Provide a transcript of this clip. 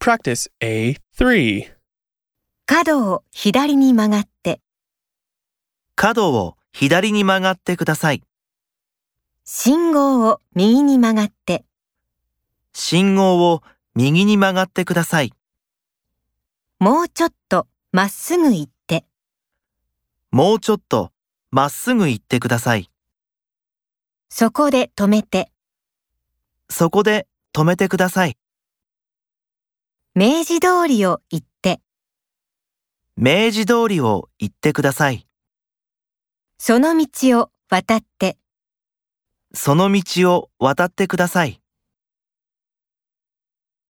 Practice A3. 角を左に曲がって、角を左に曲がってください。信号を右に曲がって、信号を右に曲がってください。もうちょっとまっすぐ行って、もうちょっとまっすぐ行ってください。そこで止めて、そこで止めてください。明治通りを行って、明治通りを行ってください。その道を渡って、その道を渡ってください。